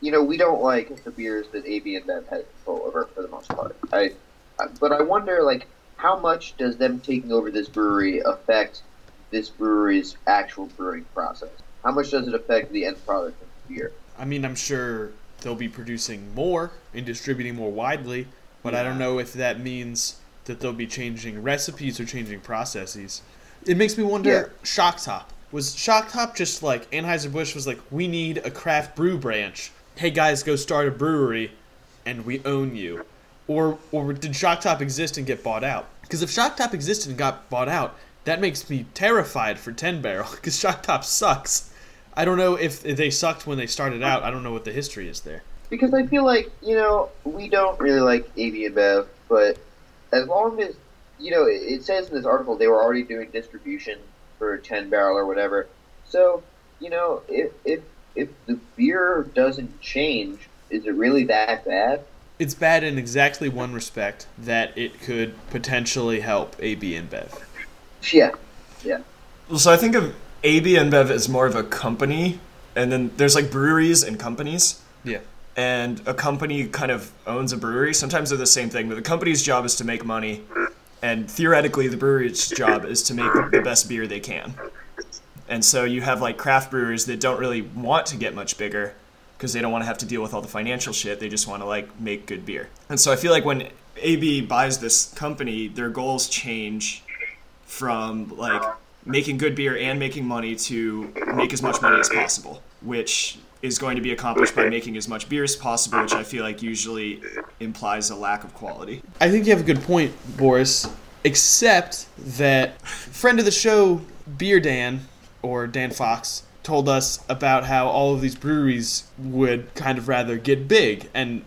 S2: you know, we don't like the beers that AB and Bev has control over for the most part. I, I- but I wonder like how much does them taking over this brewery affect this brewery's actual brewing process? How much does it affect the end product of the beer?
S3: I mean, I'm sure they'll be producing more and distributing more widely, but I don't know if that means that they'll be changing recipes or changing processes. It makes me wonder Shock Top. Was Shock Top just like Anheuser-Busch was like, we need a craft brew branch. Hey guys, go start a brewery and we own you. Or or did Shock Top exist and get bought out? Because if Shock Top existed and got bought out, that makes me terrified for Ten Barrel because Shock Top sucks. I don't know if they sucked when they started out. I don't know what the history is there.
S2: Because I feel like you know we don't really like AB and Bev, but as long as you know, it, it says in this article they were already doing distribution for ten barrel or whatever. So you know, if if if the beer doesn't change, is it really that bad?
S3: It's bad in exactly one respect that it could potentially help AB and Bev.
S2: Yeah,
S4: Well, so I think of AB InBev as more of a company, and then there's like breweries and companies.
S3: Yeah.
S4: and a company kind of owns a brewery. Sometimes they're the same thing, but the company's job is to make money, and theoretically, the brewery's job is to make the best beer they can. And so you have like craft brewers that don't really want to get much bigger because they don't want to have to deal with all the financial shit. They just want to like make good beer. And so I feel like when AB buys this company, their goals change from like making good beer and making money to make as much money as possible, which is going to be accomplished by making as much beer as possible, which I feel like usually implies a lack of quality.
S3: I think you have a good point, Boris. Except that friend of the show, Beer Dan, or Dan Fox, told us about how all of these breweries would kind of rather get big and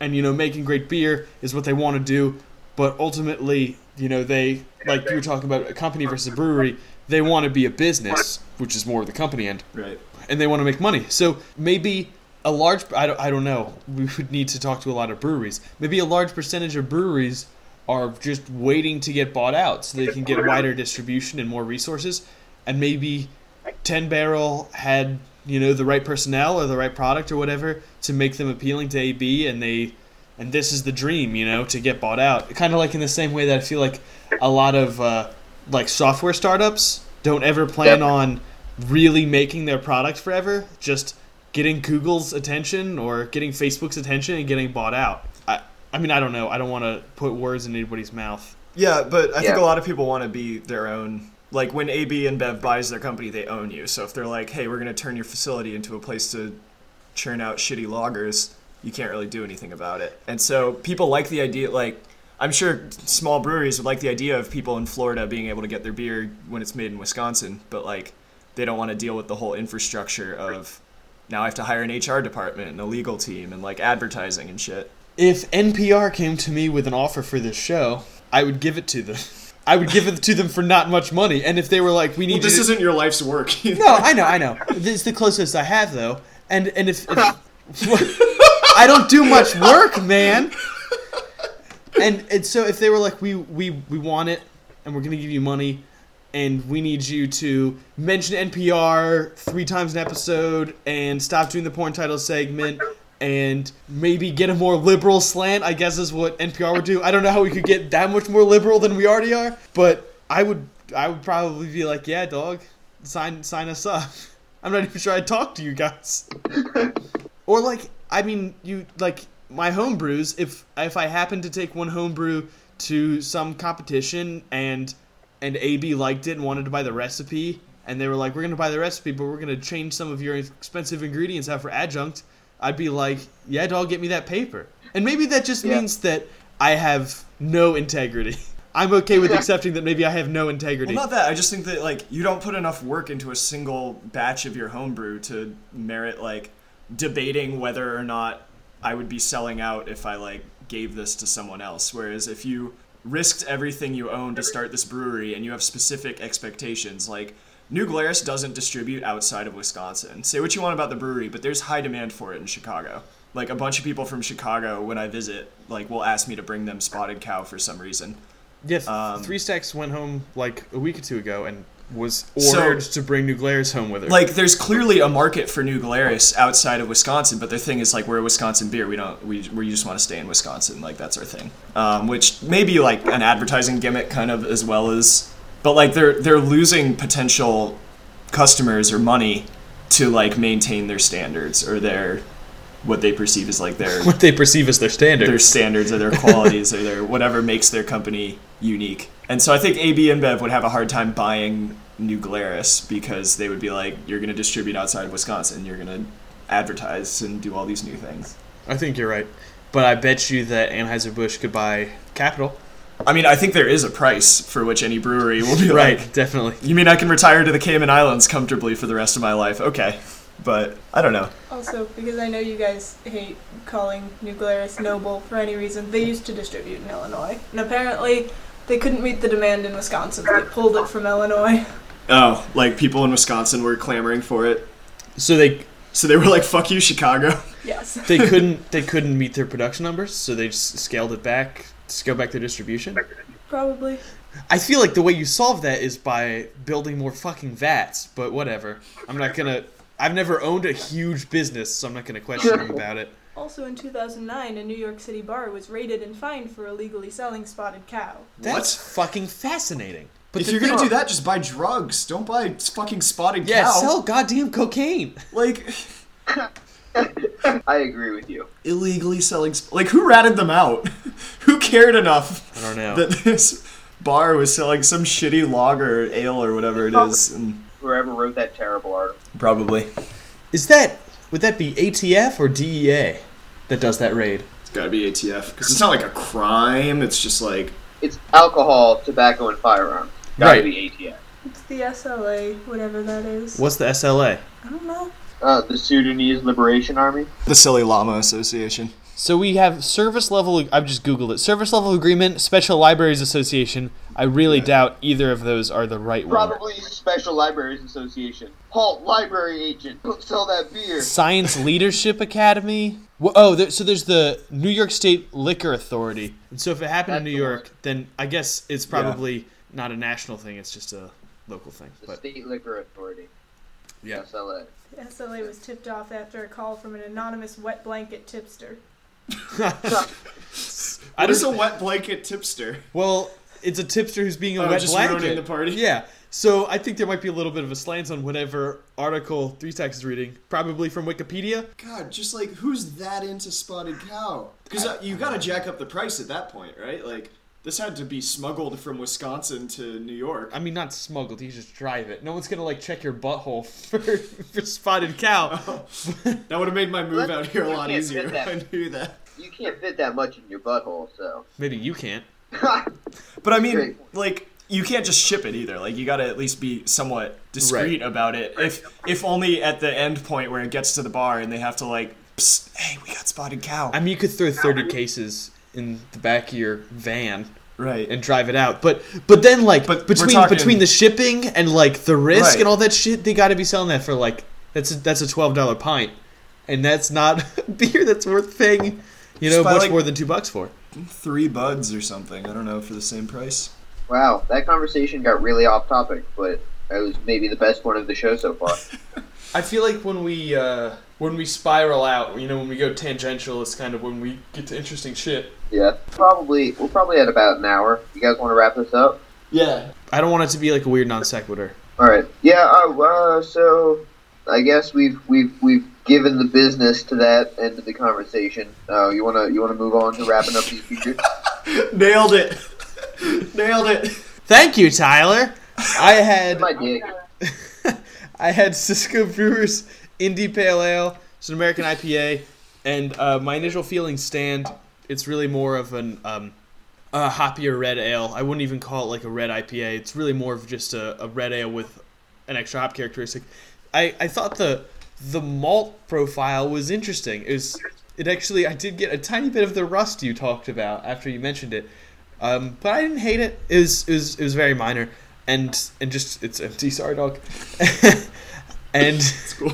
S3: and you know making great beer is what they want to do, but ultimately you know they like you were talking about a company versus a brewery. They want to be a business, which is more of the company end
S4: Right.
S3: and they want to make money. So maybe a large I don't, I don't know. We would need to talk to a lot of breweries. Maybe a large percentage of breweries are just waiting to get bought out so they can get wider distribution and more resources and maybe 10 barrel had you know the right personnel or the right product or whatever to make them appealing to AB and they and this is the dream you know to get bought out kind of like in the same way that I feel like a lot of uh, like software startups don't ever plan
S2: Yep.
S3: on really making their product forever just getting Google's attention or getting Facebook's attention and getting bought out I I mean I don't know I don't want to put words in anybody's mouth
S4: Yeah, but I think
S2: Yeah.
S4: a lot of people want to be their own. Like when AB and Bev buys their company, they own you. So if they're like, "Hey, we're going to turn your facility into a place to churn out shitty loggers," you can't really do anything about it. And so people like the idea. Like I'm sure small breweries would like the idea of people in Florida being able to get their beer when it's made in Wisconsin, but like they don't want to deal with the whole infrastructure of now I have to hire an HR department and a legal team and like advertising and shit.
S3: If NPR came to me with an offer for this show, I would give it to them. I would give it to them for not much money. And if they were like, "We need," to do-
S4: your life's work.
S3: No, I know, I know. This is the closest I have though. And and if, if I don't do much work, man. And and so if they were like, "We we we want it, and we're gonna give you money." And we need you to mention NPR three times an episode and stop doing the porn title segment and maybe get a more liberal slant, I guess is what NPR would do. I don't know how we could get that much more liberal than we already are, but I would I would probably be like, yeah, dog, sign sign us up. I'm not even sure I'd talk to you guys. or like, I mean, you like my home brews. If if I happen to take one home brew to some competition and and AB liked it and wanted to buy the recipe, and they were like, "We're gonna buy the recipe, but we're gonna change some of your expensive ingredients out for adjunct," I'd be like, "Yeah, dog, get me that paper." And maybe that just
S2: Yeah.
S3: means that I have no integrity. I'm okay with accepting that maybe I have no integrity.
S4: Well, not that. I just think that like you don't put enough work into a single batch of your homebrew to merit like debating whether or not I would be selling out if I like gave this to someone else. Whereas if you risked everything you own to start this brewery and you have specific expectations, like New Glarus doesn't distribute outside of Wisconsin. Say what you want about the brewery, but there's high demand for it in Chicago. Like a bunch of people from Chicago when I visit, like will ask me to bring them spotted cow for some reason.
S3: Yeah, th-
S4: Um,
S3: Three Stacks went home like a week or two ago and was
S4: So-
S3: ordered to bring New Glarus home with her.
S4: like there's clearly a market for New Glarus outside of Wisconsin, but their thing is like we're a Wisconsin beer. We don't we, we just want to stay in Wisconsin. Like that's our thing. Um, which may be like an advertising gimmick kind of as well as, but like they're they're losing potential customers or money to like maintain their standards or their what they perceive as like their
S3: what they perceive as their standard.
S4: their standards or their qualities or their whatever makes their company unique. And so I think AB InBev would have a hard time buying New Glarus because they would be like, you're going to distribute outside of Wisconsin, you're going to advertise and do all these new things.
S3: I think you're right, but I bet you that Anheuser Busch could buy Capital.
S4: I mean, I think there is a price for which any brewery will be
S3: Right,
S4: like,
S3: definitely.
S4: you mean I can retire to the Cayman Islands comfortably for the rest of my life? Okay. But I don't know.
S6: Also, because I know you guys hate calling New Glarus noble for any reason, they used to distribute in Illinois. And apparently, they couldn't meet the demand in Wisconsin, so they pulled it from Illinois.
S4: Oh, like people in Wisconsin were clamoring for it.
S3: So they
S4: So they were like, fuck you, Chicago.
S6: Yes.
S3: they couldn't they couldn't meet their production numbers, so they just scaled it back, scaled back their distribution.
S6: Probably.
S3: I feel like the way you solve that is by building more fucking vats, but whatever. I'm not gonna. I've never owned a huge business, so I'm not gonna question them about it.
S6: Also in 2009, a New York City bar was raided and fined for illegally selling spotted cow.
S3: That's fucking fascinating. But
S4: If
S3: the
S4: you're gonna
S3: thing-
S4: do that, just buy drugs. Don't buy fucking spotted
S3: yeah,
S4: cow.
S3: sell goddamn cocaine.
S4: like,
S2: I agree with you.
S4: Illegally selling. Sp- like, who ratted them out? who cared enough
S3: I don't know.
S4: that this bar was selling some shitty lager or ale or whatever it is? And
S2: Whoever wrote that terrible article.
S4: probably.
S3: Is that would that be ATF or DEA that does that raid?
S4: It's gotta be ATF. Because it's not like a crime, it's just like.
S2: It's alcohol, tobacco, and firearms. Gotta
S3: Right.
S2: be ATF.
S6: It's the SLA, whatever that is.
S3: What's the SLA?
S6: I don't know.
S2: Uh, the Sudanese Liberation Army.
S4: The Silly Llama Association.
S3: So we have service level. I've just googled it. Service level agreement, Special Libraries Association. I really doubt either of those are the right one.
S2: Probably Special Libraries Association. Halt, library agent. Don't sell that beer.
S3: Science Leadership Academy. Wh- Oh, there, so there's the New York State Liquor Authority. And so if it happened in
S2: That's
S3: New
S2: the
S3: York, then I guess it's probably not a national thing. It's just a local thing.
S2: The
S3: But
S2: State Liquor Authority.
S3: yeah,
S2: SLA.
S6: The SLA was tipped off after a call from an anonymous wet blanket tipster.
S3: I
S4: What is
S3: just
S4: a wet blanket tipster?
S3: well, it's a tipster who's being a
S4: Oh,
S3: wet
S4: just
S3: blanket.
S4: ruining the party.
S3: Yeah. So I think there might be a little bit of a slant on whatever article Three Tax is reading, probably from Wikipedia.
S4: God, just like who's that into spotted cow? Because uh, you gotta jack up the price at that point, right? Like this had to be smuggled from Wisconsin to New York.
S3: I mean, not smuggled. You just drive it. No one's gonna like check your butthole for, for spotted cow.
S4: That would have made my move
S2: Let-
S4: out here a
S2: you
S4: lot
S2: can't
S4: easier.
S2: fit that.
S4: I knew that.
S2: You can't fit that much in your butthole, so.
S3: Maybe you can't.
S4: But I mean,
S2: Great.
S4: like you can't just ship it either. Like you got to at least be somewhat discreet about it. If if only at the end point where it gets to the bar and they have to like, Psst, hey, we got spotted cow.
S3: I mean, you could throw thirty cases in the back of your van
S4: right.
S3: and drive it out, but but then like
S4: But we're
S3: between
S4: talking-
S3: between the shipping and like the risk
S4: Right.
S3: and all that shit, they got to be selling that for like that's a, that's a twelve dollar pint, and that's not beer that's worth paying, you know,
S4: Just by,
S3: much
S4: like-
S3: more than two bucks for.
S4: Three buds or something. I don't know for the same price.
S2: Wow, that conversation got really off topic, but it was maybe the best one of the show so far.
S3: I feel like when we uh, when we spiral out, you know, when we go tangential, it's kind of when we get to interesting shit.
S2: yeah. Probably, we're probably at about an hour. You guys want to wrap this up?
S4: Yeah.
S3: I don't want it to be like a weird non sequitur.
S2: All right. Yeah. Uh, uh, so I guess we've we've we've given the business to that end of the conversation. Uh, you wanna you wanna move on to wrapping up these features?
S4: Nailed it. Nailed it.
S3: Thank you, Tyler. I had
S2: My dick.
S3: I had Cisco Brewers Indie Pale Ale, it's an American IPA, and uh, my initial feelings stand. It's really more of an um, a hoppier red ale. I wouldn't even call it like a red IPA. It's really more of just a, a red ale with an extra hop characteristic. I, I thought the the malt profile was interesting. It was it actually I did get a tiny bit of the rust you talked about after you mentioned it, um, but I didn't hate it. It was it was it was very minor and and just it's empty. Sorry, dog. and
S4: It's cool.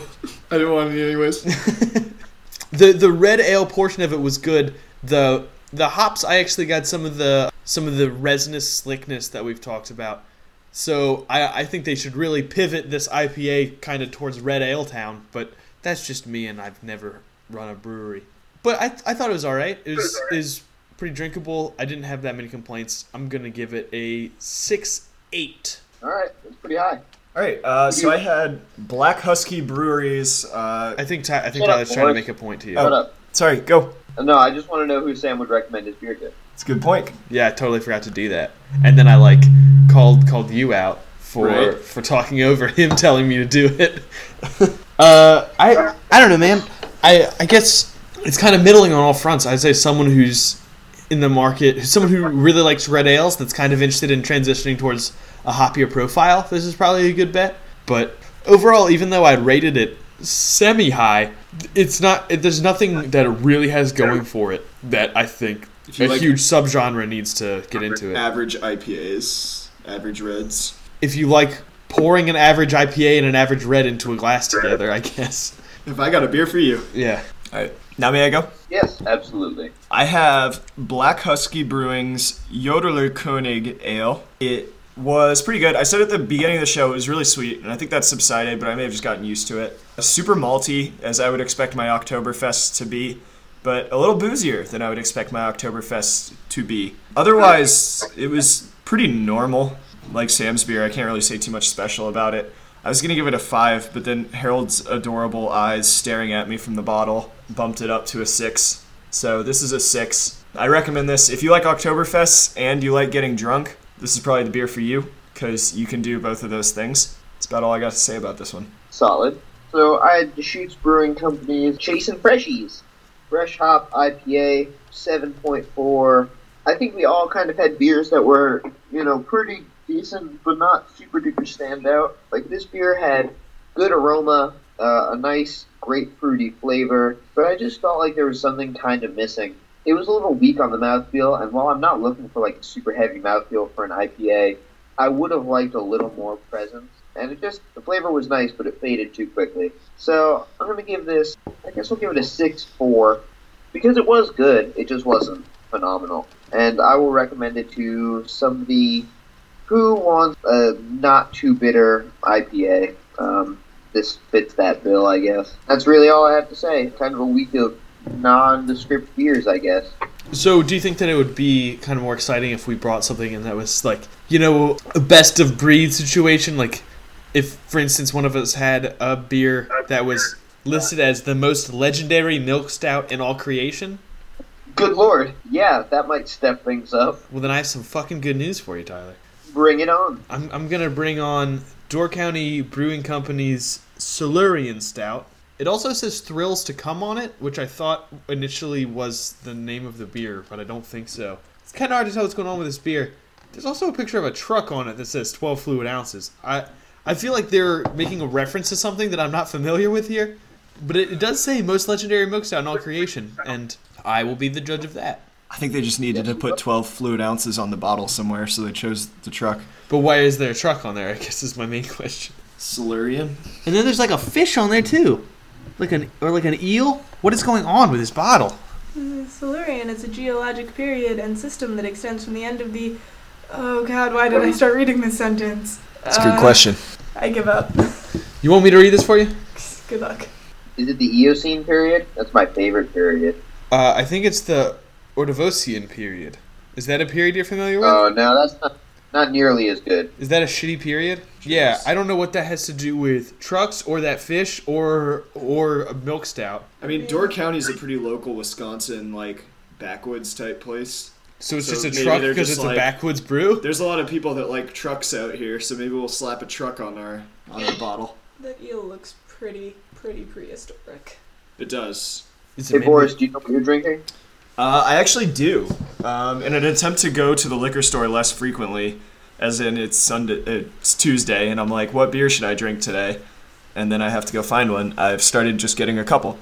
S4: I didn't want it anyways.
S3: the the red ale portion of it was good. The the hops I actually got some of the some of the resinous slickness that we've talked about. So I I think they should really pivot this IPA kind of towards red ale town, but that's just me and I've never run a brewery. But I I thought it was all right. It was is pretty drinkable. I didn't have that many complaints. I'm going to give it a 6 8.
S2: All right. That's pretty high.
S4: All right. Uh, so I had Black Husky Breweries. Uh,
S3: I think Ty, I think
S2: Shut up,
S3: Tyler's trying to
S2: boys.
S3: make a point to you.
S2: Shut up. Uh,
S4: sorry, go.
S2: No, I just want to know who Sam would recommend his beer to.
S4: It's a good point.
S3: Yeah, I totally forgot to do that. And then I like called called you out for
S4: Right.
S3: for talking over him telling me to do it. uh, I I don't know, man. I I guess it's kind of middling on all fronts. I'd say someone who's in the market, someone who really likes red ales, that's kind of interested in transitioning towards a hoppier profile. This is probably a good bet. But overall, even though I rated it semi high, it's not. It, there's nothing that it really has going for it that I think
S4: If you
S3: a
S4: like-
S3: huge subgenre needs to get into it.
S4: Average IPAs, average reds.
S3: If you like pouring an average IPA and an average red into a glass together, I guess.
S4: If I got a beer for you.
S3: Yeah.
S4: All right. Now may I go?
S2: Yes, absolutely.
S4: I have Black Husky Brewing's Yodeler Koenig Ale. It was pretty good. I said at the beginning of the show it was really sweet, and I think that subsided, but I may have just gotten used to it. Super malty, as I would expect my Oktoberfest to be, but a little boozier than I would expect my Oktoberfest to be. Otherwise, it was pretty normal, like Sam's beer. I can't really say too much special about it. I was gonna give it a five, but then Harold's adorable eyes staring at me from the bottle bumped it up to a six. So this is a six. I recommend this if you like Oktoberfests and you like getting drunk. This is probably the beer for you because you can do both of those things. That's about all I got to say about this one.
S2: Solid. So I had Deschutes Brewing Company's Chasing Freshies. Fresh Hop IPA, 7.4. I think we all kind of had beers that were, you know, pretty decent, but not super duper standout. Like this beer had good aroma, uh, a nice grapefruity flavor, but I just felt like there was something kind of missing. It was a little weak on the mouthfeel, and while I'm not looking for like a super heavy mouthfeel for an IPA, I would have liked a little more presence. And it just, the flavor was nice, but it faded too quickly. So I'm going to give this, I guess we'll give it a 6 4. Because it was good, it just wasn't phenomenal. And I will recommend it to somebody who wants a not too bitter IPA. Um, this fits that bill, I guess. That's really all I have to say. Kind of a week of nondescript beers, I guess.
S3: So, do you think that it would be kind of more exciting if we brought something in that was like, you know, a best of breed situation? Like, if, for instance, one of us had a beer that was listed as the most legendary milk stout in all creation?
S2: Good lord. Yeah, that might step things up.
S3: Well, then I have some fucking good news for you, Tyler.
S2: Bring it on.
S3: I'm, I'm gonna bring on Door County Brewing Company's Silurian Stout. It also says Thrills to Come on it, which I thought initially was the name of the beer, but I don't think so. It's kind of hard to tell what's going on with this beer. There's also a picture of a truck on it that says 12 fluid ounces. I I feel like they're making a reference to something that I'm not familiar with here, but it, it does say most legendary milk stout in all creation, and I will be the judge of that.
S4: I think they just needed to put 12 fluid ounces on the bottle somewhere, so they chose the truck.
S3: But why is there a truck on there? I guess is my main question.
S4: Silurian?
S3: And then there's like a fish on there too, like an or like an eel. What is going on with this bottle?
S6: Silurian is a geologic period and system that extends from the end of the. Oh God, why did I start reading this sentence? That's
S4: Uh,
S6: I give up.
S3: You want me to read this for you?
S6: Good luck.
S2: Is it the Eocene period? That's my favorite period.
S3: Uh, I think it's the Ordovician period. Is that a period you're familiar with?
S2: Oh, no, that's not, not nearly as good.
S3: Is that a shitty period? Yeah, I don't know what that has to do with trucks or that fish or or a milk stout.
S4: I mean, Door County's a pretty local Wisconsin, like, backwoods type place.
S3: So it's
S4: So
S3: just a
S4: maybe
S3: truck
S4: they're
S3: because
S4: just
S3: it's a
S4: like-
S3: backwoods brew.
S4: There's a lot of people that like trucks out here, so maybe we'll slap a truck on our on our bottle.
S6: That eel looks pretty, pretty prehistoric.
S4: It does.
S3: Is
S2: Hey,
S3: it
S2: Boris, do you know what you're drinking?
S4: Uh, I actually do. Um, in an attempt to go to the liquor store less frequently, as in it's Sunday, it's Tuesday, and I'm like, what beer should I drink today? And then I have to go find one. I've started just getting a couple.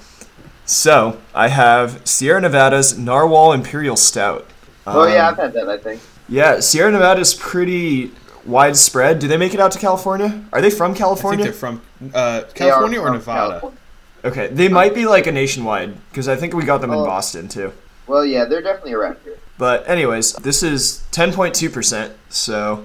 S4: So I have Sierra Nevada's Narwhal Imperial Stout.
S2: oh, yeah,
S4: Um,
S2: I've had that, I think.
S4: Yeah, Sierra Nevada is pretty widespread. Do they make it out to California? Are they from
S3: I think
S4: California?
S3: they're from uh,
S2: They are
S3: California or
S2: from
S3: Nevada.
S2: California.
S4: okay, they might be like a nationwide because I think we got them in
S2: Oh.
S4: Boston too.
S2: Well, yeah, they're definitely around here.
S4: But anyways, this is 10.2%, so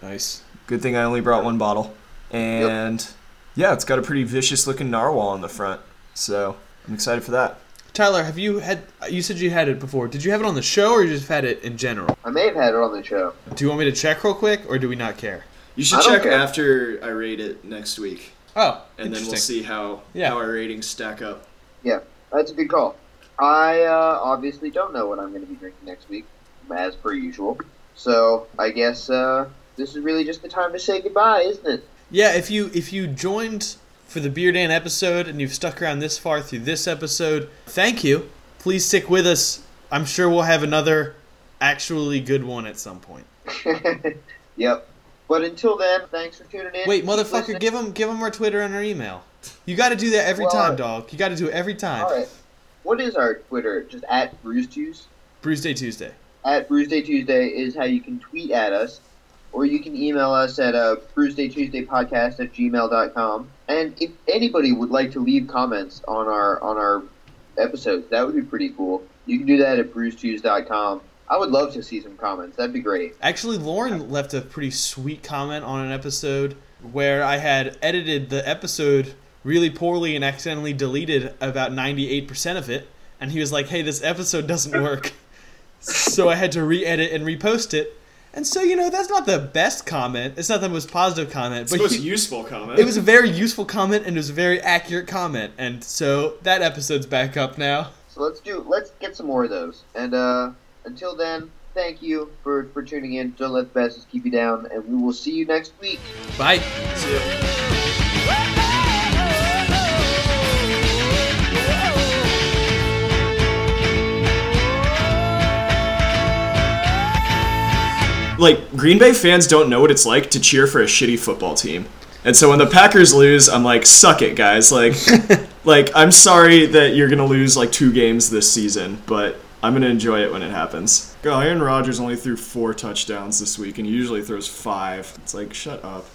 S3: Nice.
S4: good thing I only brought one bottle. And yeah, it's got a pretty vicious looking narwhal on the front. So, I'm excited for that.
S3: Tyler, have you had? You said you had it before. Did you have it on the show or you just had it in general?
S2: I may have had it on the show.
S3: Do you want me to check real quick or do we not care?
S4: You
S2: I
S4: should
S2: don't check care.
S4: after I rate it next week
S3: Oh, interesting.
S4: how
S3: Yeah. how our
S4: ratings stack up.
S2: Yeah, that's a good call. I uh, obviously don't know what I'm going to be drinking next week, as per usual. So I guess uh, this is really just the time to say goodbye, isn't it?
S3: Yeah, if you if you joined for the Beer Dan episode and you've stuck around this far through this episode, thank you. Please stick with us. I'm sure we'll have another actually good one at some point.
S2: yep. But until then, thanks for tuning in.
S3: Wait,
S2: Keep
S3: motherfucker,
S2: listening.
S3: give them give them our Twitter and our email. You got to do that every
S2: Well,
S3: time,
S2: I-
S3: dog. You got to do it every time.
S2: All right. What is our Twitter? Just at Bruce Tues.
S3: Bruce Day Tuesday.
S2: At Bruce Day Tuesday is how you can tweet at us, or you can email us at uh, Bruce Day Tuesday podcast at gmail.com. And if anybody would like to leave comments on our on our episodes, that would be pretty cool. You can do that at brucetews.com. I would love to see some comments. That'd be great.
S3: Actually, Lauren left a pretty sweet comment on an episode where I had edited the episode really poorly and accidentally deleted about 98% of it. And he was like, hey, this episode doesn't work. so I had to re edit and repost it. And so, you know, that's not the best comment. It's not the most positive comment,
S4: It's
S3: but
S4: the most
S3: he-
S4: useful comment.
S3: it was a very useful comment and it was a very accurate comment. And so that episode's back up now.
S2: So let's do let's get some more of those. And uh, until then, thank you for for tuning in. Don't let the bastards keep you down, and we will see you next week.
S3: Bye.
S4: like Green Bay fans don't know what it's like to cheer for a shitty football team. And so when the Packers lose, I'm like, suck it, guys. Like, like I'm sorry that you're gonna lose like two games this season, but I'm gonna enjoy it when it happens. Aaron Rodgers only threw four touchdowns this week, and he usually throws five. It's like, shut up.